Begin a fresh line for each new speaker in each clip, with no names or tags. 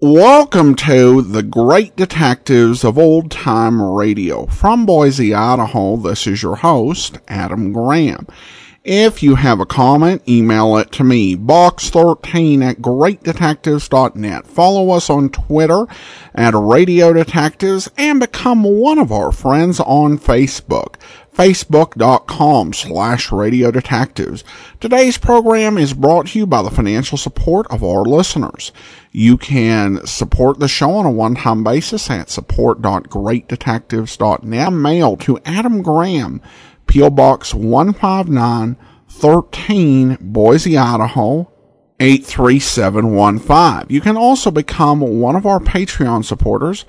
Welcome to the Great Detectives of Old Time Radio. From Boise, Idaho, this is your host, Adam Graham. If you have a comment, email it to me, box13 at greatdetectives.net. Follow us on Twitter at Radio Detectives and become one of our friends on Facebook facebook.com slash radio detectives. Today's program is brought to you by the financial support of our listeners. You can support the show on a one-time basis at support.greatdetectives.net. Mail to Adam Graham, P.O. Box 159, 13, Boise, Idaho, 83715. You can also become one of our Patreon supporters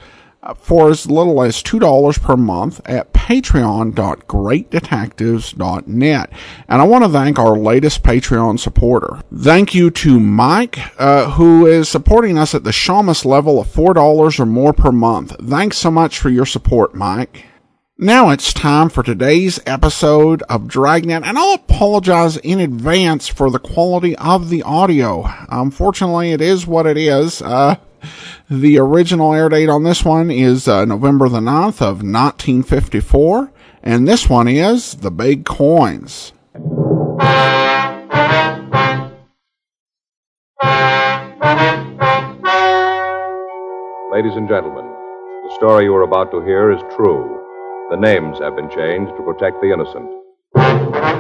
Uh, for as little as $2 per month at patreon.greatdetectives.net. And I want to thank our latest Patreon supporter. Thank you to Mike, uh, who is supporting us at the Shamus level of $4 or more per month. Thanks so much for your support, Mike. Now it's time for today's episode of Dragnet, and I'll apologize in advance for the quality of the audio. Unfortunately, it is what it is. Uh, the original air date on this one is uh, November the 9th of 1954, and this one is The Big Coins.
Ladies and gentlemen, the story you are about to hear is true. The names have been changed to protect the innocent.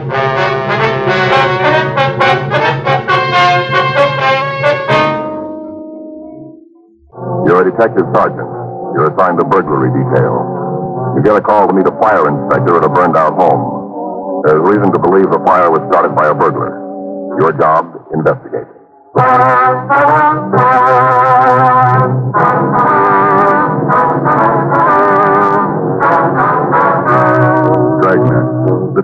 You're a detective sergeant. You're assigned to burglary detail. You get a call to meet a fire inspector at a burned out home. There's reason to believe the fire was started by a burglar. Your job, investigate.
Dragnet, the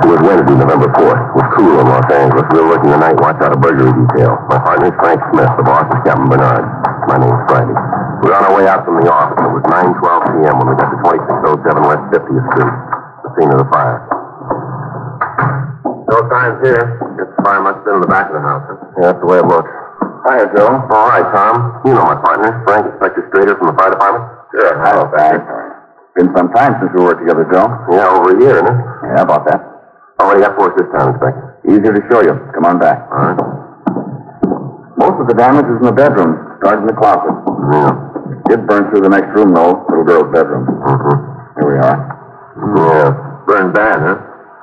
It was Wednesday, November 4th. It was cool in Los Angeles. We were working the night watch out of burglary detail. My partner's Frank Smith. The boss is Captain Bernard. My name's Friday. We were on our way out from the office. It was 9.12 p.m. when we got to 2607 West 50th Street, the scene of the fire. No signs here. This fire must have been in the back of the house. Yeah, that's the way it looks. Hi, Joe. All right, Tom. You know my partner, Frank Inspector Strader from the fire department. Sure. Hello, Frank. Been some time since we worked together, Joe. Yeah, over a year, isn't it? Yeah, about that. Oh, what do you got for us this time, Inspector? Easier to show you. Come on back. All right. Most of the damage is in the bedroom, started in the closet. Yeah. Did burn through the next room, though, little girl's bedroom. Mm-hmm. Here we are. Yeah. Burned bad, huh?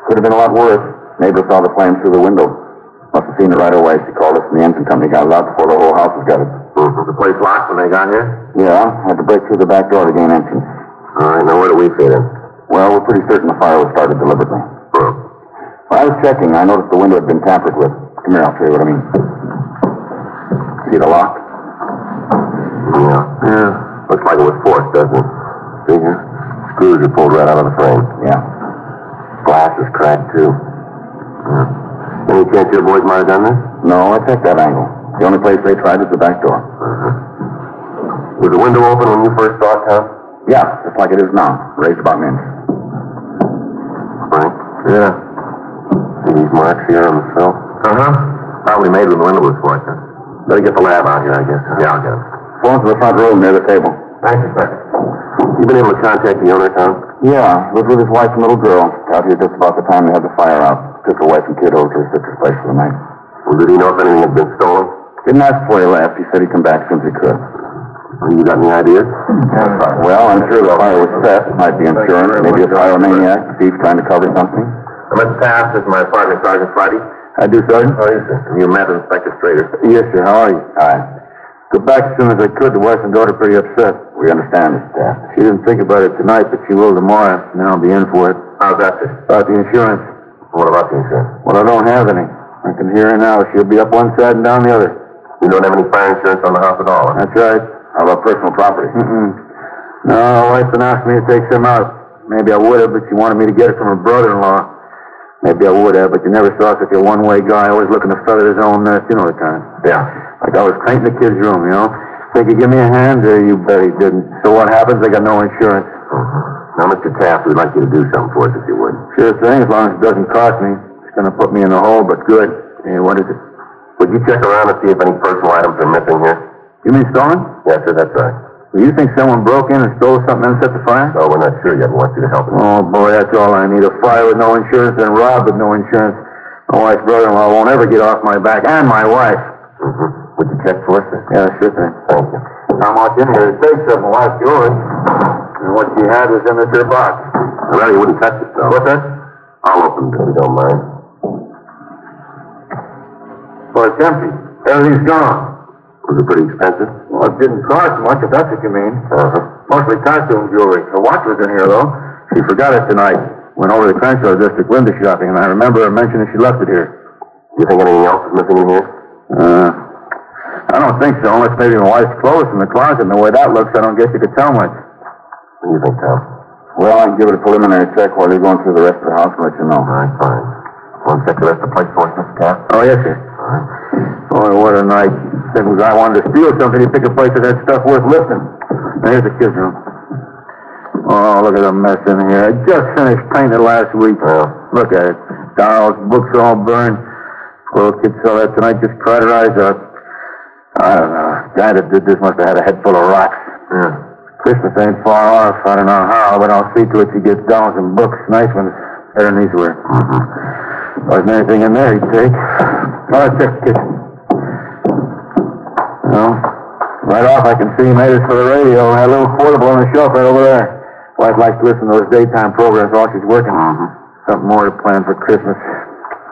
Could have been a lot worse. Neighbor saw the flame through the window. Must have seen it right away. She called us, and the engine company got it out before the whole house was gutted. Was Mm-hmm. the place locked when they got here? Yeah, had to break through the back door to gain entrance. All right, now where do we fit in? Well, we're pretty certain the fire was started deliberately. When I was checking, I noticed the window had been tampered with. Come here, I'll show you what I mean. See the lock? Yeah. Yeah. Looks like it was forced, doesn't it? See here? Screws are pulled right out of the frame. Yeah. Glass is cracked, too. Yeah. Any chance your boys might have done this? No, I checked that angle. The only place they tried is the back door. Uh-huh. Was the window open when you first saw it, Tom? Yeah, just like it is now, raised about an inch. Right? Yeah. See these marks here on the sill? Uh-huh. Probably made when the window was forced, huh? Better get the lab out here, I guess. Yeah, I'll get him. Go into the front room near the table. Thanks, Inspector. You been able to contact the owner, Tom? Yeah, he was with his wife and little girl. Out here just about the time they had the fire out. Took her wife and kid over to his sister's place for the night. Well, did he know if anything had been stolen? Didn't ask before he left. He said he'd come back as soon as he could. You got any ideas? Well, I'm sure the fire was set. Might be insurance, maybe a pyromaniac, thief trying to cover something. Mr. Taft this is my partner, Sergeant Friday. I do, Sergeant. How are you, sir? You met Inspector Strader. Yes, sir. How are you? Fine. Got back as soon as I could. The wife and daughter pretty upset. We understand, Mr. Taft. She didn't think about it tonight, but she will tomorrow, and I'll be in for it. How's that, sir? About the insurance. What about the insurance? Well, I don't have any. I can hear her now. She'll be up one side and down the other. You don't have any fire insurance on the house at all? That's right. How about personal property? Mm-mm. No, my wife been asking me to take some out. Maybe I would have, but she wanted me to get it from her brother-in-law. Maybe I would have, but you never saw such a one-way guy always looking to feather his own nest, you know the kind. Yeah. Like I was painting the kid's room, you know. Think you give me a hand? Uh, you bet he didn't. So what happens? They got no insurance. Mm-hmm. Now, Mr. Taft, we'd like you to do something for us if you would. Sure thing, as long as it doesn't cost me. It's going to put me in the hole, but good. Hey, what is it? Would you check around and see if any personal items are missing here? You mean stolen? Yes, sir, that's right. Well, you think someone broke in and stole something and set the fire? No, we're not sure yet. We want you to help us. Oh, boy, that's all I need. A fire with no insurance and rob with no insurance. My wife's brother-in-law won't ever get off my back, and my wife. Mm-hmm. Would you check for us, sir? Yeah, sure thing. Thank you. How much in here? It takes something like yours. And what she had was in this here box. I'd rather you wouldn't touch it, though. What's that? I'll open it if you don't mind. Well, it's empty. Everything's gone. Was it pretty expensive? Well, it didn't cost much, if that's what you mean. Uh-huh. Mostly costume jewelry. Her watch was in here, though. She forgot it tonight. Went over to Crenshaw District window shopping, and I remember her mentioning she left it here. You think anything else is missing in here? Uh, I don't think so, unless maybe my wife's clothes in the closet. And the way that looks, I don't guess you could tell much. What do you think, Tom? Well, I can give it a preliminary check while you're going through the rest of the house and let you know. All right, fine. Want to check the rest of the place for us, Mr. Cap? Oh, yes, sir. All right. Boy, what a night. Think a guy wanted to steal something, he'd pick a place that had stuff worth lifting. Now, here's the kids' room. Oh, look at the mess in here. I just finished painting last week. Look at it. Dolls, books all burned. Poor little kid saw that tonight, just cried her eyes out. I don't know. Guy that did this must have had a head full of rocks. Yeah. Christmas ain't far off. I don't know how, but I'll see to it she gets dolls and books, nice ones, better than these were. Wasn't anything in there he'd take. Oh, it's just kitchen. Well, right off I can see he made it for the radio. That little portable on the shelf right over there. Wife likes to listen to those daytime programs while she's working. Mm-hmm. Something more to plan for Christmas.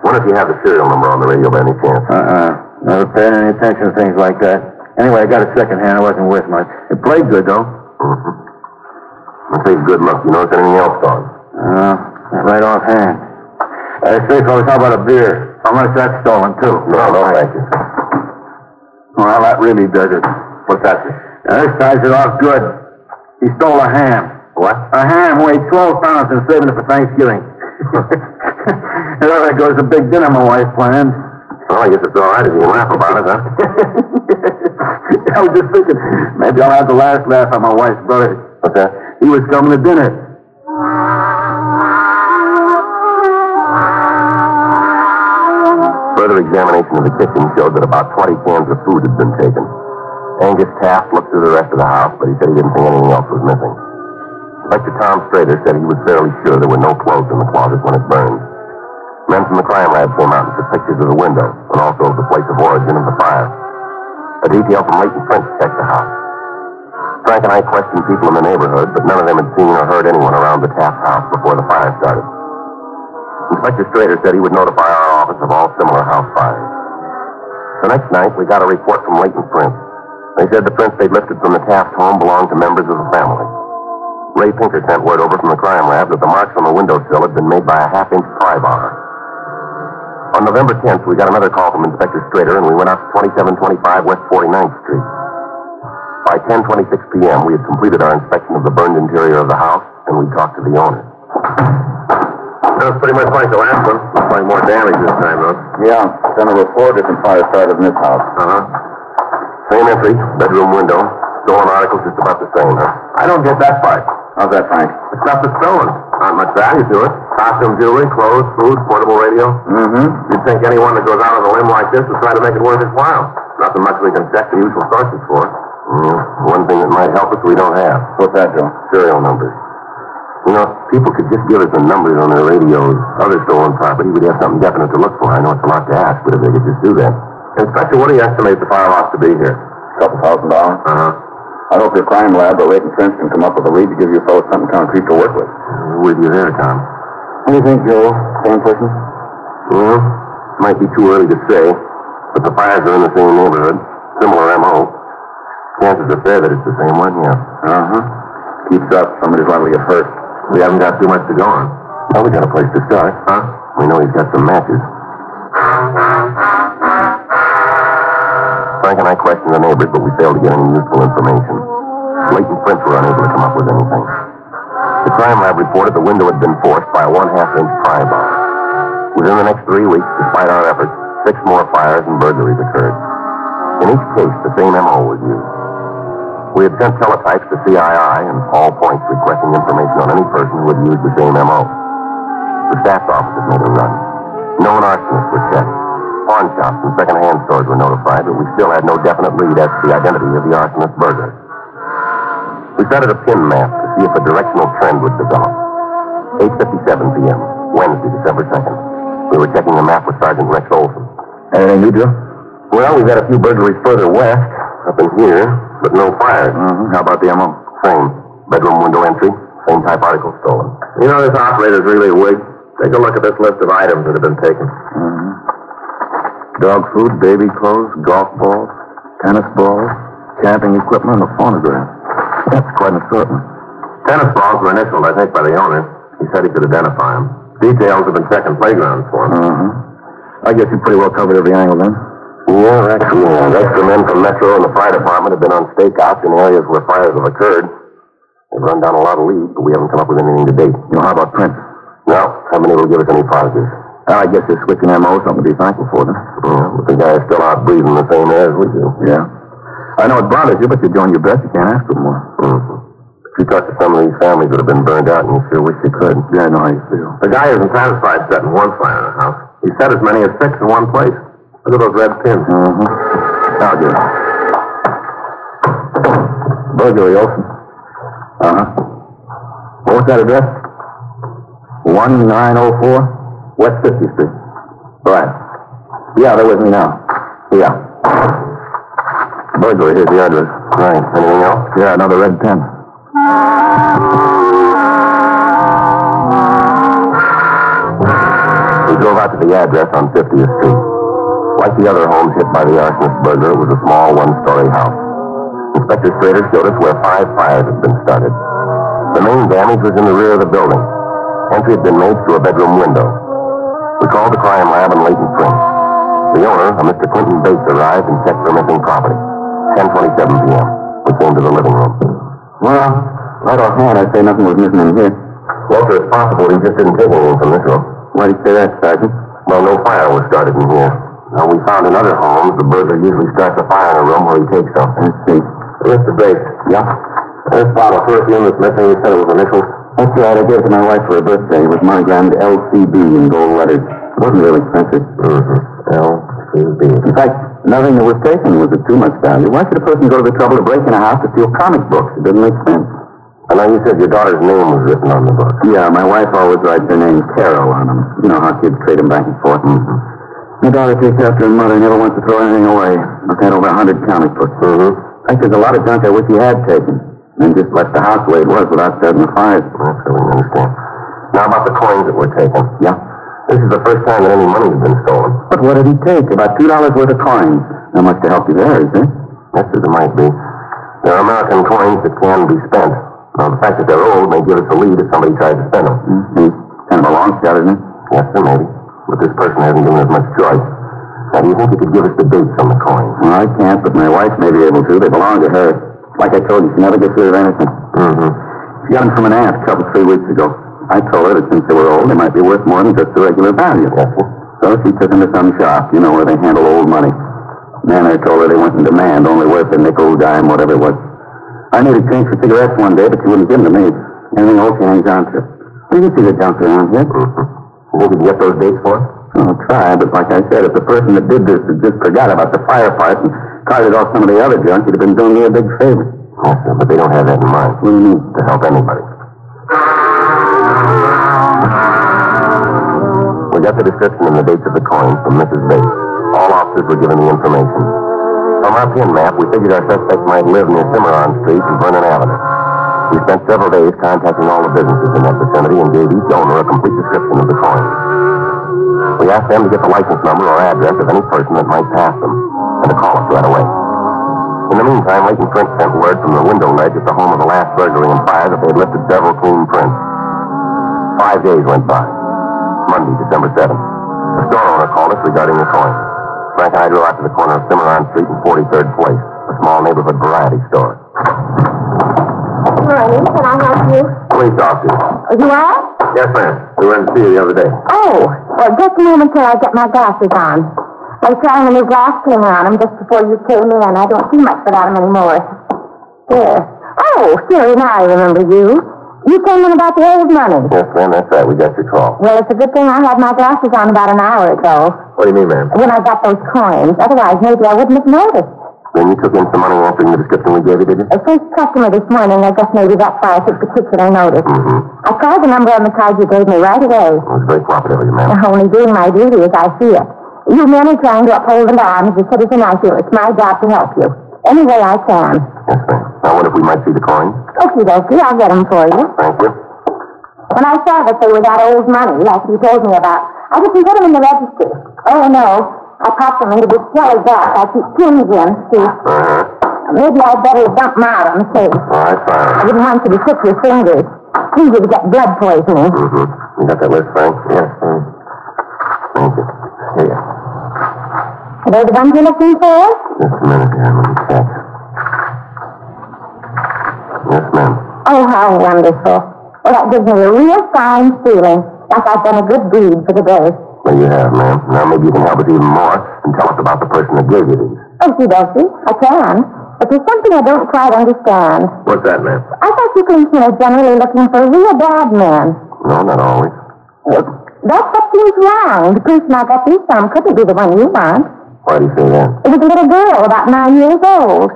What if you have the serial number on the radio by any chance? Uh-uh. Never paid any attention to things like that. Anyway, I got a second hand. It wasn't worth much. It played good, though. Mm-hmm. I say good luck. You notice anything else, Don? Uh, not right offhand. Uh, say, fellas, how about a beer? Unless that's stolen, too. No, no, thank you. Well, that really does it. What's that? Now, this ties it off good. He stole a ham. What? A ham weighed 12 pounds and saving it for Thanksgiving. and over there goes the big dinner my wife planned. Well, I guess it's all right if you laugh about it, huh? I was just thinking, maybe I'll have the last laugh on my wife's brother. What's that? He was coming to dinner. Further examination of the kitchen showed that about 20 cans of food had been taken. Angus Taft looked through the rest of the house, but he said he didn't think anything else was missing. Inspector Tom Strader said he was fairly sure there were no clothes in the closet when it burned. Men from the crime lab came out and took pictures of the window and also of the place of origin of the fire. A detail from Leighton Prince checked the house. Frank and I questioned people in the neighborhood, but none of them had seen or heard anyone around the Taft house before the fire started. Inspector Strader said he would notify our office of all similar house fires. The next night, we got a report from Leighton Prince. They said the prints they'd lifted from the Taft home belonged to members of the family. Ray Pinker sent word over from the crime lab that the marks on the windowsill had been made by a half-inch pry bar. On November 10th, we got another call from Inspector Strader, and we went out to 2725 West 49th Street. By 10:26 p.m., we had completed our inspection of the burned interior of the house, and we talked to the owner. That was pretty much like the last one. Looks like more damage this time, though. Yeah, done over four different fires started in this house. Uh-huh. Same entry, bedroom window. Stolen articles just about the same, huh? I don't get that part. How's that, Frank? The stuff is stolen. Not much value to it. Costume jewelry, clothes, food, portable radio. Mm-hmm. You'd think anyone that goes out on a limb like this would try to make it worth his while. Nothing much we can check the usual sources for. Mm, one thing that might help us we don't have. What's that, Joe? Serial numbers. You know, if people could just give us the numbers on their radios, other stolen property, we'd have something definite to look for. I know it's a lot to ask, but if they could just do that. Inspector, what do you estimate the fire loss to be here? A couple thousand dollars. Uh-huh. I hope your crime lab or Leighton Prince can come up with a lead to give you fellows something concrete to work with. With you there, Tom. What do you think, Joe? Same person? Well, might be too early to say, but the fires are in the same neighborhood, similar M.O. Chances are fair that it's the same one, yeah. Uh-huh. Keeps up, somebody's likely to get hurt. We haven't got too much to go on. Well, we got a place to start. Huh? We know he's got some matches. Frank and I questioned the neighbors, but we failed to get any useful information. Leighton Prince were unable to come up with anything. The crime lab reported the window had been forced by a one-half inch pry bar. Within the next three weeks, despite our efforts, six more fires and burglaries occurred. In each case, the same MO was used. We had sent teletypes to CII and all points requesting information on any person who had used the same MO. The staff's offices made a run. Known arsonists were checked. Pawn shops and second-hand stores were notified, but we still had no definite lead as to the identity of the arsonist burglar. We started a pin map to see if a directional trend would develop. 8.57 p.m., Wednesday, December 2nd. We were checking the map with Sergeant Rex Olson. Anything new, Joe? Well, we've had a few burglaries further west, up in here, but no fires. Mm-hmm. How about the MO? Same. Bedroom window entry, same type article stolen. You know, this operator's really a wig. Take a look at this list of items that have been taken. Mm-hmm.
Dog food, baby clothes, golf balls, tennis balls, camping equipment, and a phonograph. That's quite an assortment.
Tennis balls were initialed, I think, by the owner. He said he could identify them. Details have been checking playgrounds for him.
Mm-hmm. I guess you pretty well covered every angle then.
Yeah, Rex. Yeah, extra men from Metro and the fire department have been on stakeouts in areas where fires have occurred. They've run down a lot of leads, but we haven't come up with anything to date.
You know, how about prints?
No, how many will give us any positives?
Well, Uh, I guess you're switching MO, something to be thankful for, then.
Yeah, but the guy is still out breathing the same air as we do.
Yeah. I know it bothers you, but you're doing your best. You can't ask for more.
Mm-hmm. If you talk to some of these families that have been burned out, and you sure wish you could.
Yeah, I know how you feel.
The guy isn't satisfied setting one fire in a house. He set as many as six in one place. Look at those red pins.
Mm-hmm.
Now, Jim.
Burglary, Olson.
Uh-huh.
What was that address? 1904 West 50th Street. Right. Yeah, they're with me now. Yeah.
Burglary, here's the address. Right. Anything else?
Yeah, another red pen.
We drove out to the address on 50th Street. Like the other homes hit by the arsonist burglar, it was a small one-story house. Inspector Strader showed us where five fires had been started. The main damage was in the rear of the building. Entry had been made through a bedroom window. We called the crime lab in Leighton Springs. The owner, a Mr. Clinton Bates, arrived and checked for missing property. 10.27 p.m. We came to the living room.
Well, right offhand, I'd say nothing was missing in here.
Closer as possible, he just didn't take anything from this room.
Why'd you say that, Sergeant?
Well, no fire was started in here. Now, we found in other homes, the burglar usually starts a fire in a room where he takes something.
Let's see.
Mr. Bates.
Yeah?
This bottle of perfume that's missing, you said it was initials?
That's right. I gave it to my wife for her birthday. It was monogrammed LCB in gold letters. It wasn't really expensive.
Mm-hmm. LCB.
In fact, Nothing that was taken was of too much value. Why should a person go to the trouble of breaking a house to steal comic books? It doesn't make sense.
I know you said your daughter's name was written on the book.
Yeah, my wife always writes her name Carol on them. You know how kids trade them back and forth.
Mm-hmm.
My daughter takes after her mother, never wants to throw anything away. I've had over a hundred comic books.
Mm-hmm.
In fact, there's a lot of junk I wish he had taken. And just left the house the way it was without starting the fires.
Okay, we understand. Now about the coins that were taken.
Yeah?
This is the first time that any money has been stolen.
But what did he take? About two dollars worth of coins. Not much to help you there, is there?
Yes, as it might be. There are American coins that can be spent. Now, the fact that they're old may give us a lead if somebody tries to spend them.
Mm-hmm. Kind of a long shot, isn't it?
Yes, sir, maybe. But this person hasn't given us much choice. Now, do you think you could give us the dates on the coins?
Well, I can't, but my wife may be able to. They belong to her. Like I told you, she never gets rid of anything.
Mm-hmm.
She got them from an aunt a couple, three weeks ago. I told her that since they were old, they might be worth more than just the regular value.
Yes, sir.
So she took them to some shop, you know, where they handle old money. Man there told her they went in demand, only worth a nickel, dime, whatever it was. I made a change for cigarettes one day, but she wouldn't give them to me. Anything old she hangs on to. Well, you can see the junk around here.
Mm-hmm. You can get those dates for us?
I'll try, but like I said, if the person that did this had just forgot about the fire part and carted off some of the other junk, he'd have been doing me a big favor.
Yes, sir, but they don't have that in mind.
What do you mean?
To help anybody. We got the description and the dates of the coins from Mrs. Bates. All officers were given the information. From our pin map, we figured our suspect might live near Cimarron Street and Vernon Avenue. We spent several days contacting all the businesses in that vicinity and gave each owner a complete description of the coins. We asked them to get the license number or address of any person that might pass them and to call us right away. In the meantime, Leighton Print sent word from the window ledge at the home of the last burglary and fire that they had lifted several clean prints. Five days went by. Monday, December 7th. The store owner called us regarding the coin. Frank and I drove out to the corner of Cimarron Street and 43rd Place, a small neighborhood variety store.
Bernie. Can I help you?
Police officer.
You are?
Yes, ma'am. We went to see you the other day.
Oh, well, just a moment till I get my glasses on. I was trying a new glass cleaner on them just before you came in. I don't see much without them anymore. There. Oh, Siri, now I remember you. You came in about the old money.
Yes, ma'am. That's right. We got your call.
Well, it's a good thing I had my glasses on about an hour ago
What do you mean, ma'am?
when I got those coins. Otherwise, maybe I wouldn't have noticed.
Then you took in some money answering the description we gave you, did you?
A first customer this morning, I guess maybe that's why I took particular notice.
Mm-hmm.
I called the number on the card you gave me right
It
away.
was very cooperative of you, ma'am.
Only doing my duty as I see it. You men are trying to uphold the law, and as a citizen, I feel it's my job to help you. Any way I can.
Yes, ma'am. Now, what if we might see the coins?
Okie dokie, I'll get 'em for you.
Thank you.
When I saw that they were that old money, like you told me about, I didn't get 'em in the register. Oh, no. I popped them into this jelly box I keep pins in, see.
Uh-huh.
Maybe I'd better dump 'em out on the safe.
All right, fine.
I didn't want you to tip your fingers. Please, you'd get blood poisoning.
Mm-hmm. You got that list, Frank? Yes. mm. Thank you. Here you are.
Are they the ones you're looking for?
Just a minute here. Let me check. Yes, ma'am.
Oh, how wonderful. Well, that gives me a real fine feeling, like I've done a good deed for the day.
Well, you have, ma'am. Now, maybe you can help us even more and tell us about the person that gave you these.
Okie dokie, I can. But there's something I don't quite understand.
What's that, ma'am?
I thought you policemen are generally looking for real bad men.
No, not always. What?
That's what seems wrong. The person I got these from couldn't be the one you want.
Why do you say that?
It was a little girl, about nine years old.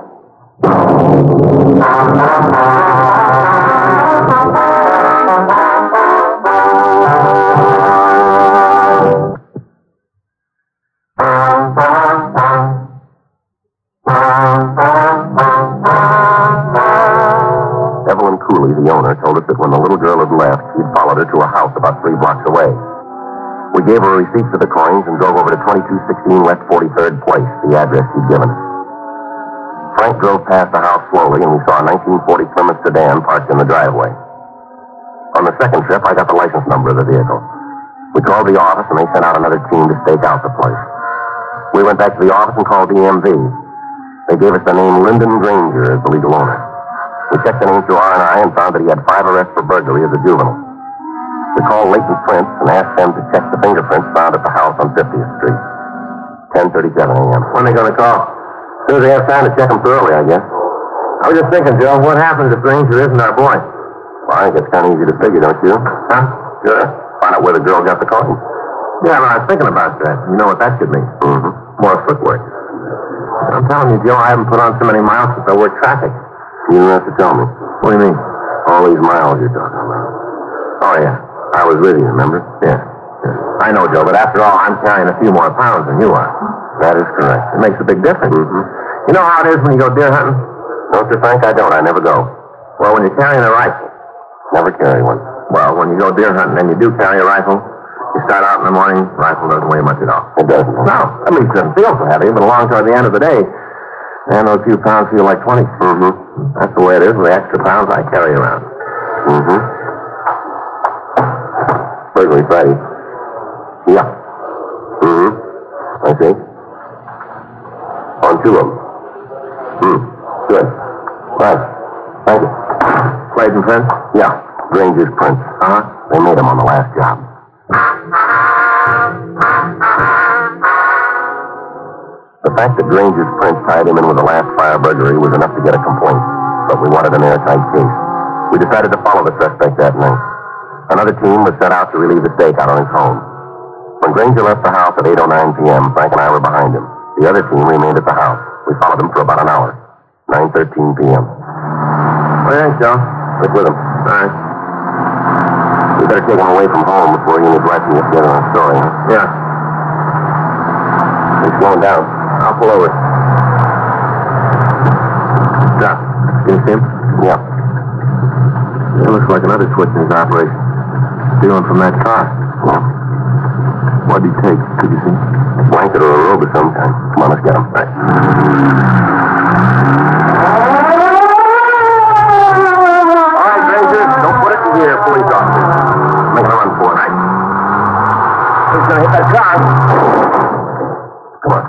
Evelyn Cooley, the owner, told us that when the little girl had left, he'd followed her to a house about three blocks away. We gave her a receipt for the coins and drove over to 2216 West 43rd Place, the address she'd given us. Frank drove past the house slowly, and we saw a 1940 Plymouth sedan parked in the driveway. On the second trip, I got the license number of the vehicle. We called the office, and they sent out another team to stake out the place. We went back to the office and called DMV. They gave us the name Lyndon Granger as the legal owner. We checked the name through R&I and found that he had five arrests for burglary as a juvenile. We called Leighton Prince and asked them to check the fingerprints found at the house on 50th Street. 10.37 a.m. When are they going to call? As soon as they have time to check them thoroughly, I guess. I was just thinking, Joe, what happens if Ranger isn't our boy? Well, I think it's kind of easy to figure, don't you? Huh? Sure. Find out where the girl got the coin. Yeah, but I was thinking about that. You know what that could mean? Mm-hmm. More footwork. I'm telling you, Joe, I haven't put on so many miles since I worked traffic. You don't have to tell me. What do you mean? All these miles you're talking about. Oh, yeah. I was with you, remember? Yeah. yeah. I know, Joe, but after all, I'm carrying a few more pounds than you are. That is correct. It makes a big difference. Mm-hmm. You know how it is when you go deer hunting? No, Sir Frank, I don't. I never go. Well, when you're carrying a rifle. Never carry one. Well, when you go deer hunting and you do carry a rifle, you start out in the morning, rifle doesn't weigh much at all. It doesn't. No. I mean, it doesn't feel so heavy, but along toward the end of the day, and those few pounds feel like 20. Mm-hmm. That's the way it is with the extra pounds I carry around. Mm-hmm. Burglary Friday. Yeah. Mm-hmm. I see. On two of them. Hmm. Good. Right. Thank you. Clayton Prince? Yeah. Granger's Prince. Uh-huh. They made him on the last job. The fact that Granger's prints tied him in with the last fire burglary was enough to get a complaint, but we wanted an airtight case. We decided to follow the suspect that night. Another team was sent out to relieve the stakeout on his home. When Granger left the house at 8.09 p.m., Frank and I were behind him. The other team remained at the house. We followed him for about an hour. 9.13 p.m. All right, Joe. Stick with him. All right. We better take him away from home before he and his wife can get together on a story. Yeah. He's slowing down. I'll pull over. Stop. Can you see him? Yeah. It looks like another switch in his operation. Stealing from that car. Yeah. What'd he take? Could you see? A blanket or a robe of some kind. Come on, let's get him. Right. All right, Ranger. Don't put it in here, police officer. Make a run for it. Right. He's gonna hit that car. Come on.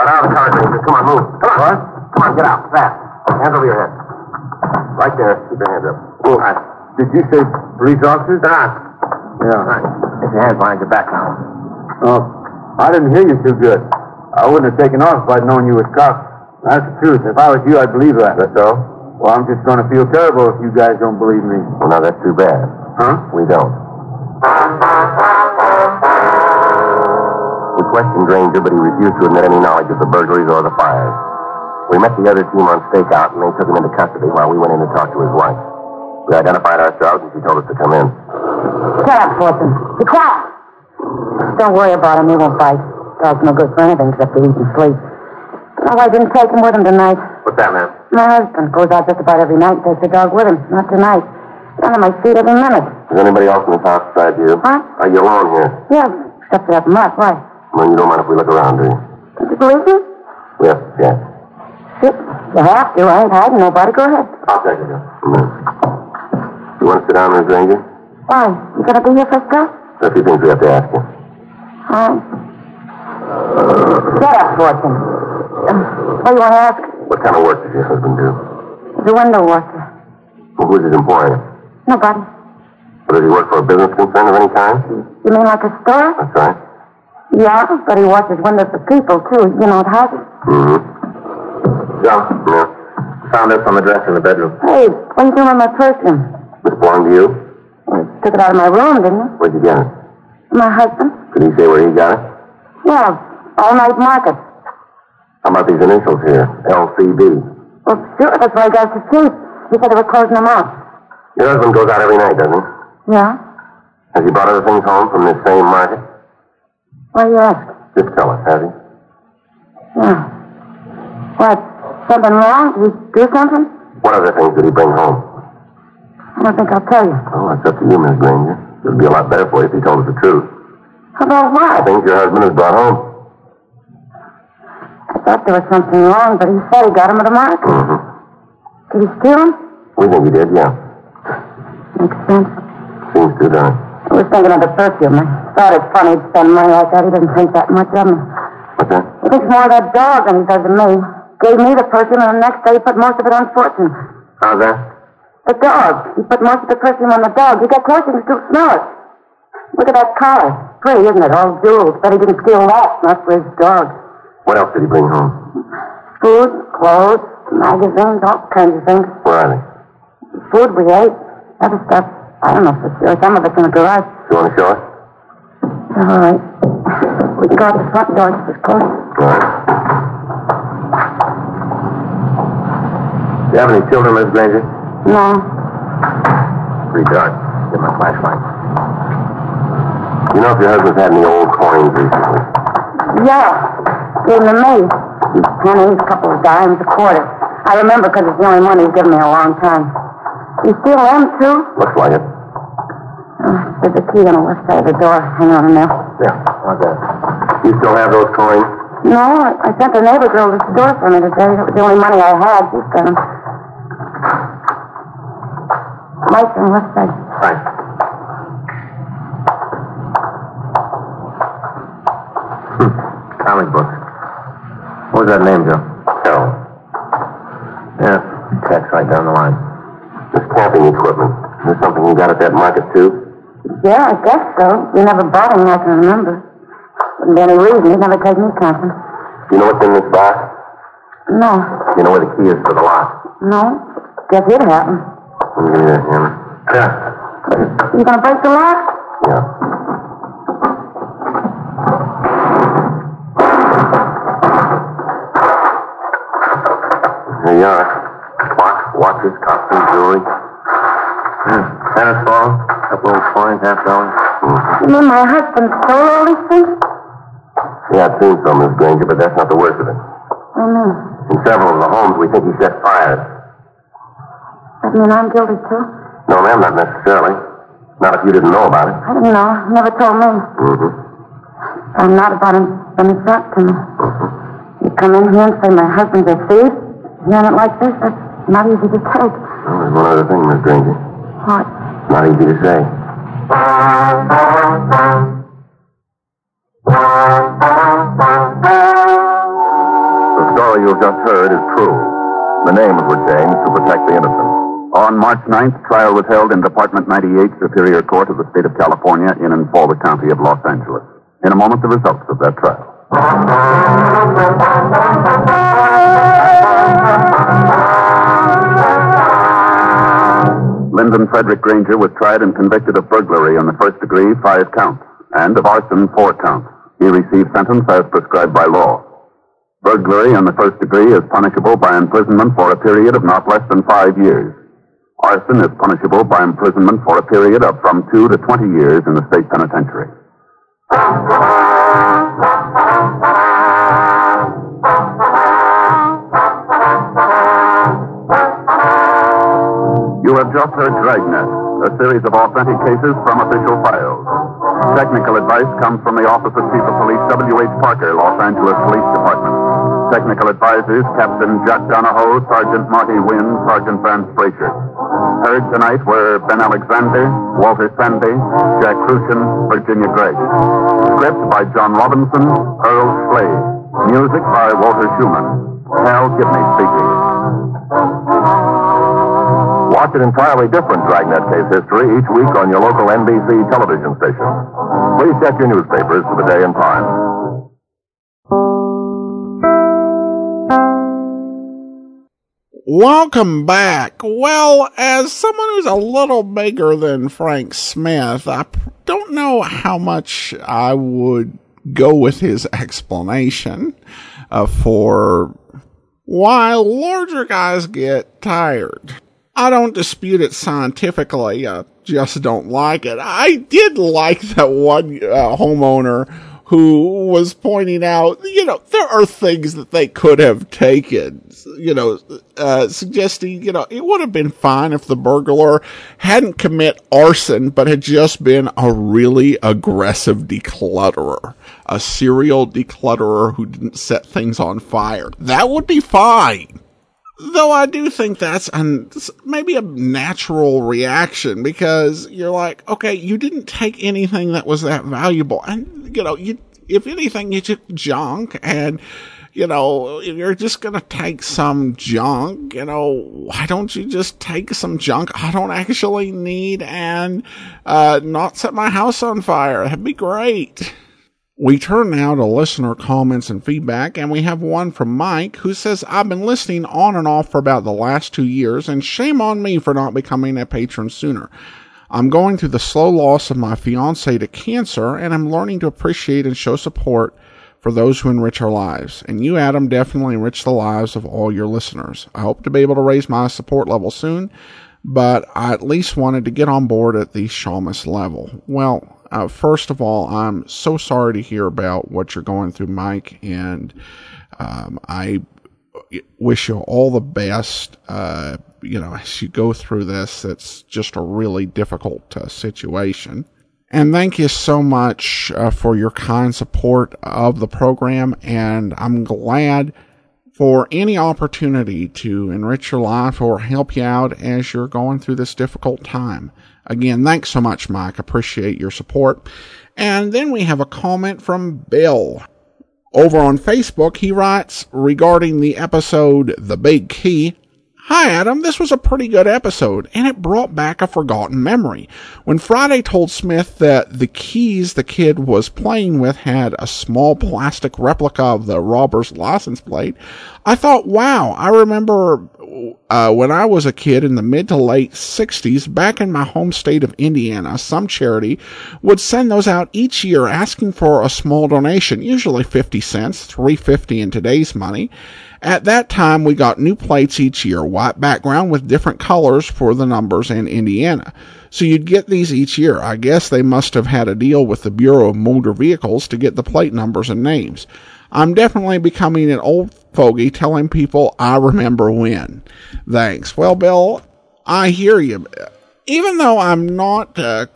Out of the car, Ranger. Come on, move. Come on. What? Come on, get out, fast. Hands over your head. Right there. Keep your hands up. All right. Did you say police officers? Ah. Yeah. Right. Get your hands behind your back now. Oh, I didn't hear you too good. I wouldn't have taken off if I'd known you was cops. That's the truth. If I was you, I'd believe that. That's all? Well, I'm just going to feel terrible if you guys don't believe me. Well, now that's too bad. Huh? We don't. We questioned Granger, but he refused to admit any knowledge of the burglaries or the fires. We met the other team on stakeout, and they took him into custody while we went in to talk to his wife. We identified ourselves, and she told us to come in.
Shut up, Fulton. Be quiet. Don't worry about him. He won't bite. Dog's no good for anything except to eat and sleep. Oh, I didn't take him with him tonight.
What's that, ma'am?
My husband goes out just about every night and takes the dog with him. Not tonight. He's under my feet every minute.
Is anybody else in this house besides you?
Huh?
Are you alone here?
Yeah, except for that mutt. Why?
Well, you don't mind if we look around, do you?
Did you believe me?
Yes, yes.
Shit, You have to. I ain't hiding nobody. Go ahead.
I'll take it. Mm-hmm. You want to sit down, Miss Ranger?
Why? You gonna be here for stuff?
There's a few things we have to ask you.
Huh? Shut up, Fortune. Um, what do you want to ask?
What kind of work does your husband do?
The window washer.
Well, who's his employer?
Nobody.
Or does he work for a business concern of any kind?
You mean like a store?
That's right.
Yeah, but he washes windows for people, too. You know, it houses.
Mm-hmm. John? Yeah. Found this on the dresser in the bedroom.
Hey, what are you doing with my perfume?
This belonged to you?
You took it out of my room, didn't you?
Where'd you get it?
My husband?
Could he say where he got it?
Yeah, all night market.
How about these initials here? LCB.
Well, sure, that's why I got to sleep. He said they were closing them out.
Your husband goes out every night, doesn't he?
Yeah?
Has he brought other things home from this same market?
Why you ask?
Just tell us, has he?
Yeah. What? Something wrong? Did he do something?
What other things did he bring home?
I don't think I'll tell you.
Oh, it's up to you, Miss Granger. It would be a lot better for you if he told us the truth.
How
I
about what?
think your husband has brought home.
I thought there was something wrong, but he said he got him at the market.
Mm-hmm.
Did he steal him?
We think he did, yeah.
Makes sense.
Seems to, does
I was thinking of the perfume. I thought it funny he'd spend money like that. He doesn't think that much of me.
What's that?
He thinks more of that dog than he does of me. Gave me the perfume, and the next day he put most of it on Fortune.
How's that?
The dog. He put most of the perfume on the dog. You get close, you can still smell it. Look at that collar. Pretty, isn't it? All jewels. Bet he didn't steal that. Not for his dog.
What else did he bring home?
Food, clothes, magazines, all kinds of things.
Where are they?
Food we ate, other stuff. I don't know for sure. Some of it's in the garage.
You want to show us?
All right. We can go out the front door. It's close.
All right. Do you have any children, Miss Granger?
No.
Pretty dark. Get my flashlight. You know if your husband's had any old coins recently?
Yeah. Gave him to me. Pennies, a couple of dimes, a quarter. I remember because it's the only money he's given me in a long time. You steal them too?
Looks like it.
Uh, There's a key on the left side of the door. Hang on a minute.
Yeah, like that. You still have those coins?
No, I, I sent the neighbor girl this door for me today. It was the only money I had. She's got them. Lights on the left side.
Right. Hmm. Comic book. What was that name, Joe? Carol. Yeah, text right down the line. This camping equipment. Is this something you got at that market, too?
Yeah, I guess so. You never bought him, I can remember. Wouldn't be any reason. He'd never take me something.
You know what's in this box?
No.
You know where the key is for the lock?
No. Guess it happened.
Let me give you that, Hannah. Yeah.
You gonna break the lock?
Yeah. Here you are. Clock, watches, costume, jewelry. Yeah. Tennis ball, couple old coins, half Mm-hmm. dollar.
You mean my husband stole all these things?
Yeah, it seems so, Miss Granger, but that's not the worst of it.
I mean,
In several of the homes, we think he set fires.
that mean I'm guilty too?
No, ma'am, not necessarily. Not if you didn't know about it.
I didn't know. He never told me.
Mm-hmm.
I'm not about him when he talked to me. You come in here and say my husband's a thief? Hearing it like this, that's not easy to take.
Well, there's one other thing, Miss Granger.
What?
Not easy to say. The story you you have just heard is true. The names were changed to protect the innocent. On March 9th, trial was held in Department 98, Superior Court of the State of California, in and for the County of Los Angeles. In a moment, the results of that trial. Lyndon Frederick Granger was tried and convicted of burglary on the first degree, five counts, and of arson, four counts. He received sentence as prescribed by law. Burglary on the first degree is punishable by imprisonment for a period of not less than five years. Arson is punishable by imprisonment for a period of from two to twenty years in the state penitentiary. You have just heard Dragnet, a series of authentic cases from official files. Technical advice comes from the Office of Chief of Police W.H. Parker, Los Angeles Police Department. Technical advisors Captain Jack Donahoe, Sergeant Marty Wynn, Sergeant Vance Frazier. Heard tonight were Ben Alexander, Walter Sandy, Jack Crucian, Virginia Gregg. Script by John Robinson, Earl Schley. Music by Walter Schumann. Hal Gibney speaking. Watch an entirely different Dragnet case history each week on your local NBC television station. Please check your newspapers for the day and time.
Welcome back. Well, as someone who's a little bigger than Frank Smith, I p- don't know how much I would go with his explanation uh, for why larger guys get tired. I don't dispute it scientifically. I just don't like it. I did like that one uh, homeowner who was pointing out, you know, there are things that they could have taken, you know, uh, suggesting, you know, it would have been fine if the burglar hadn't commit arson, but had just been a really aggressive declutterer, a serial declutterer who didn't set things on fire. That would be fine though I do think that's an, maybe a natural reaction because you're like, okay, you didn't take anything that was that valuable, and you know, you if anything, you took junk, and you know, if you're just gonna take some junk, you know, why don't you just take some junk I don't actually need and uh, not set my house on fire? That'd be great. We turn now to listener comments and feedback, and we have one from Mike who says, I've been listening on and off for about the last two years, and shame on me for not becoming a patron sooner. I'm going through the slow loss of my fiance to cancer, and I'm learning to appreciate and show support for those who enrich our lives. And you, Adam, definitely enrich the lives of all your listeners. I hope to be able to raise my support level soon, but I at least wanted to get on board at the Shamus level. Well, uh, first of all, I'm so sorry to hear about what you're going through, Mike, and um, I wish you all the best. Uh, you know, as you go through this, it's just a really difficult uh, situation. And thank you so much uh, for your kind support of the program, and I'm glad for any opportunity to enrich your life or help you out as you're going through this difficult time. Again, thanks so much, Mike. Appreciate your support. And then we have a comment from Bill. Over on Facebook, he writes regarding the episode The Big Key. Hi, Adam. This was a pretty good episode, and it brought back a forgotten memory. When Friday told Smith that the keys the kid was playing with had a small plastic replica of the robber's license plate, I thought, wow, I remember uh, when I was a kid in the mid to late 60s, back in my home state of Indiana, some charity would send those out each year asking for a small donation, usually 50 cents, 350 in today's money. At that time, we got new plates each year, white background with different colors for the numbers in Indiana. So you'd get these each year. I guess they must have had a deal with the Bureau of Motor Vehicles to get the plate numbers and names. I'm definitely becoming an old fogey telling people I remember when. Thanks. Well, Bill, I hear you. Even though I'm not uh,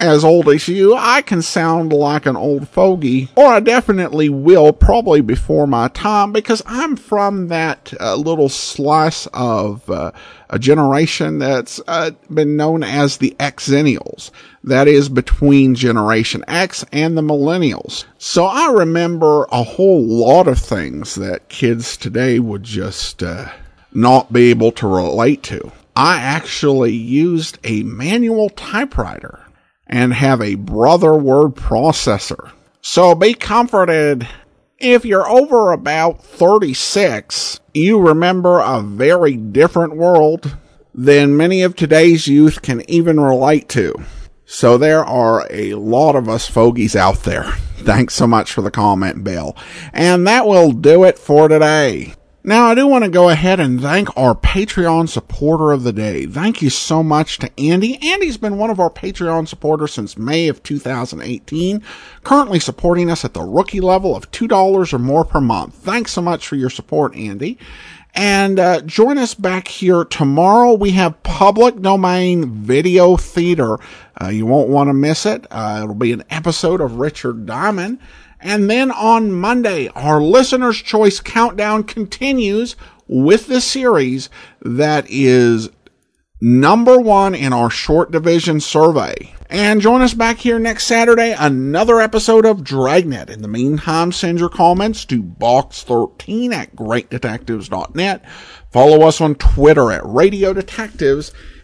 as old as you, I can sound like an old fogey, or I definitely will, probably before my time, because I'm from that uh, little slice of uh, a generation that's uh, been known as the Xennials. That is between Generation X and the Millennials. So I remember a whole lot of things that kids today would just uh, not be able to relate to. I actually used a manual typewriter and have a brother word processor. So be comforted. If you're over about 36, you remember a very different world than many of today's youth can even relate to. So there are a lot of us fogies out there. Thanks so much for the comment, Bill. And that will do it for today. Now, I do want to go ahead and thank our Patreon supporter of the day. Thank you so much to Andy. Andy's been one of our Patreon supporters since May of 2018, currently supporting us at the rookie level of $2 or more per month. Thanks so much for your support, Andy. And uh, join us back here tomorrow. We have public domain video theater. Uh, you won't want to miss it. Uh, it'll be an episode of Richard Diamond. And then on Monday, our listener's choice countdown continues with the series that is number one in our short division survey. And join us back here next Saturday, another episode of Dragnet. In the meantime, send your comments to box13 at greatdetectives.net. Follow us on Twitter at Radio Detectives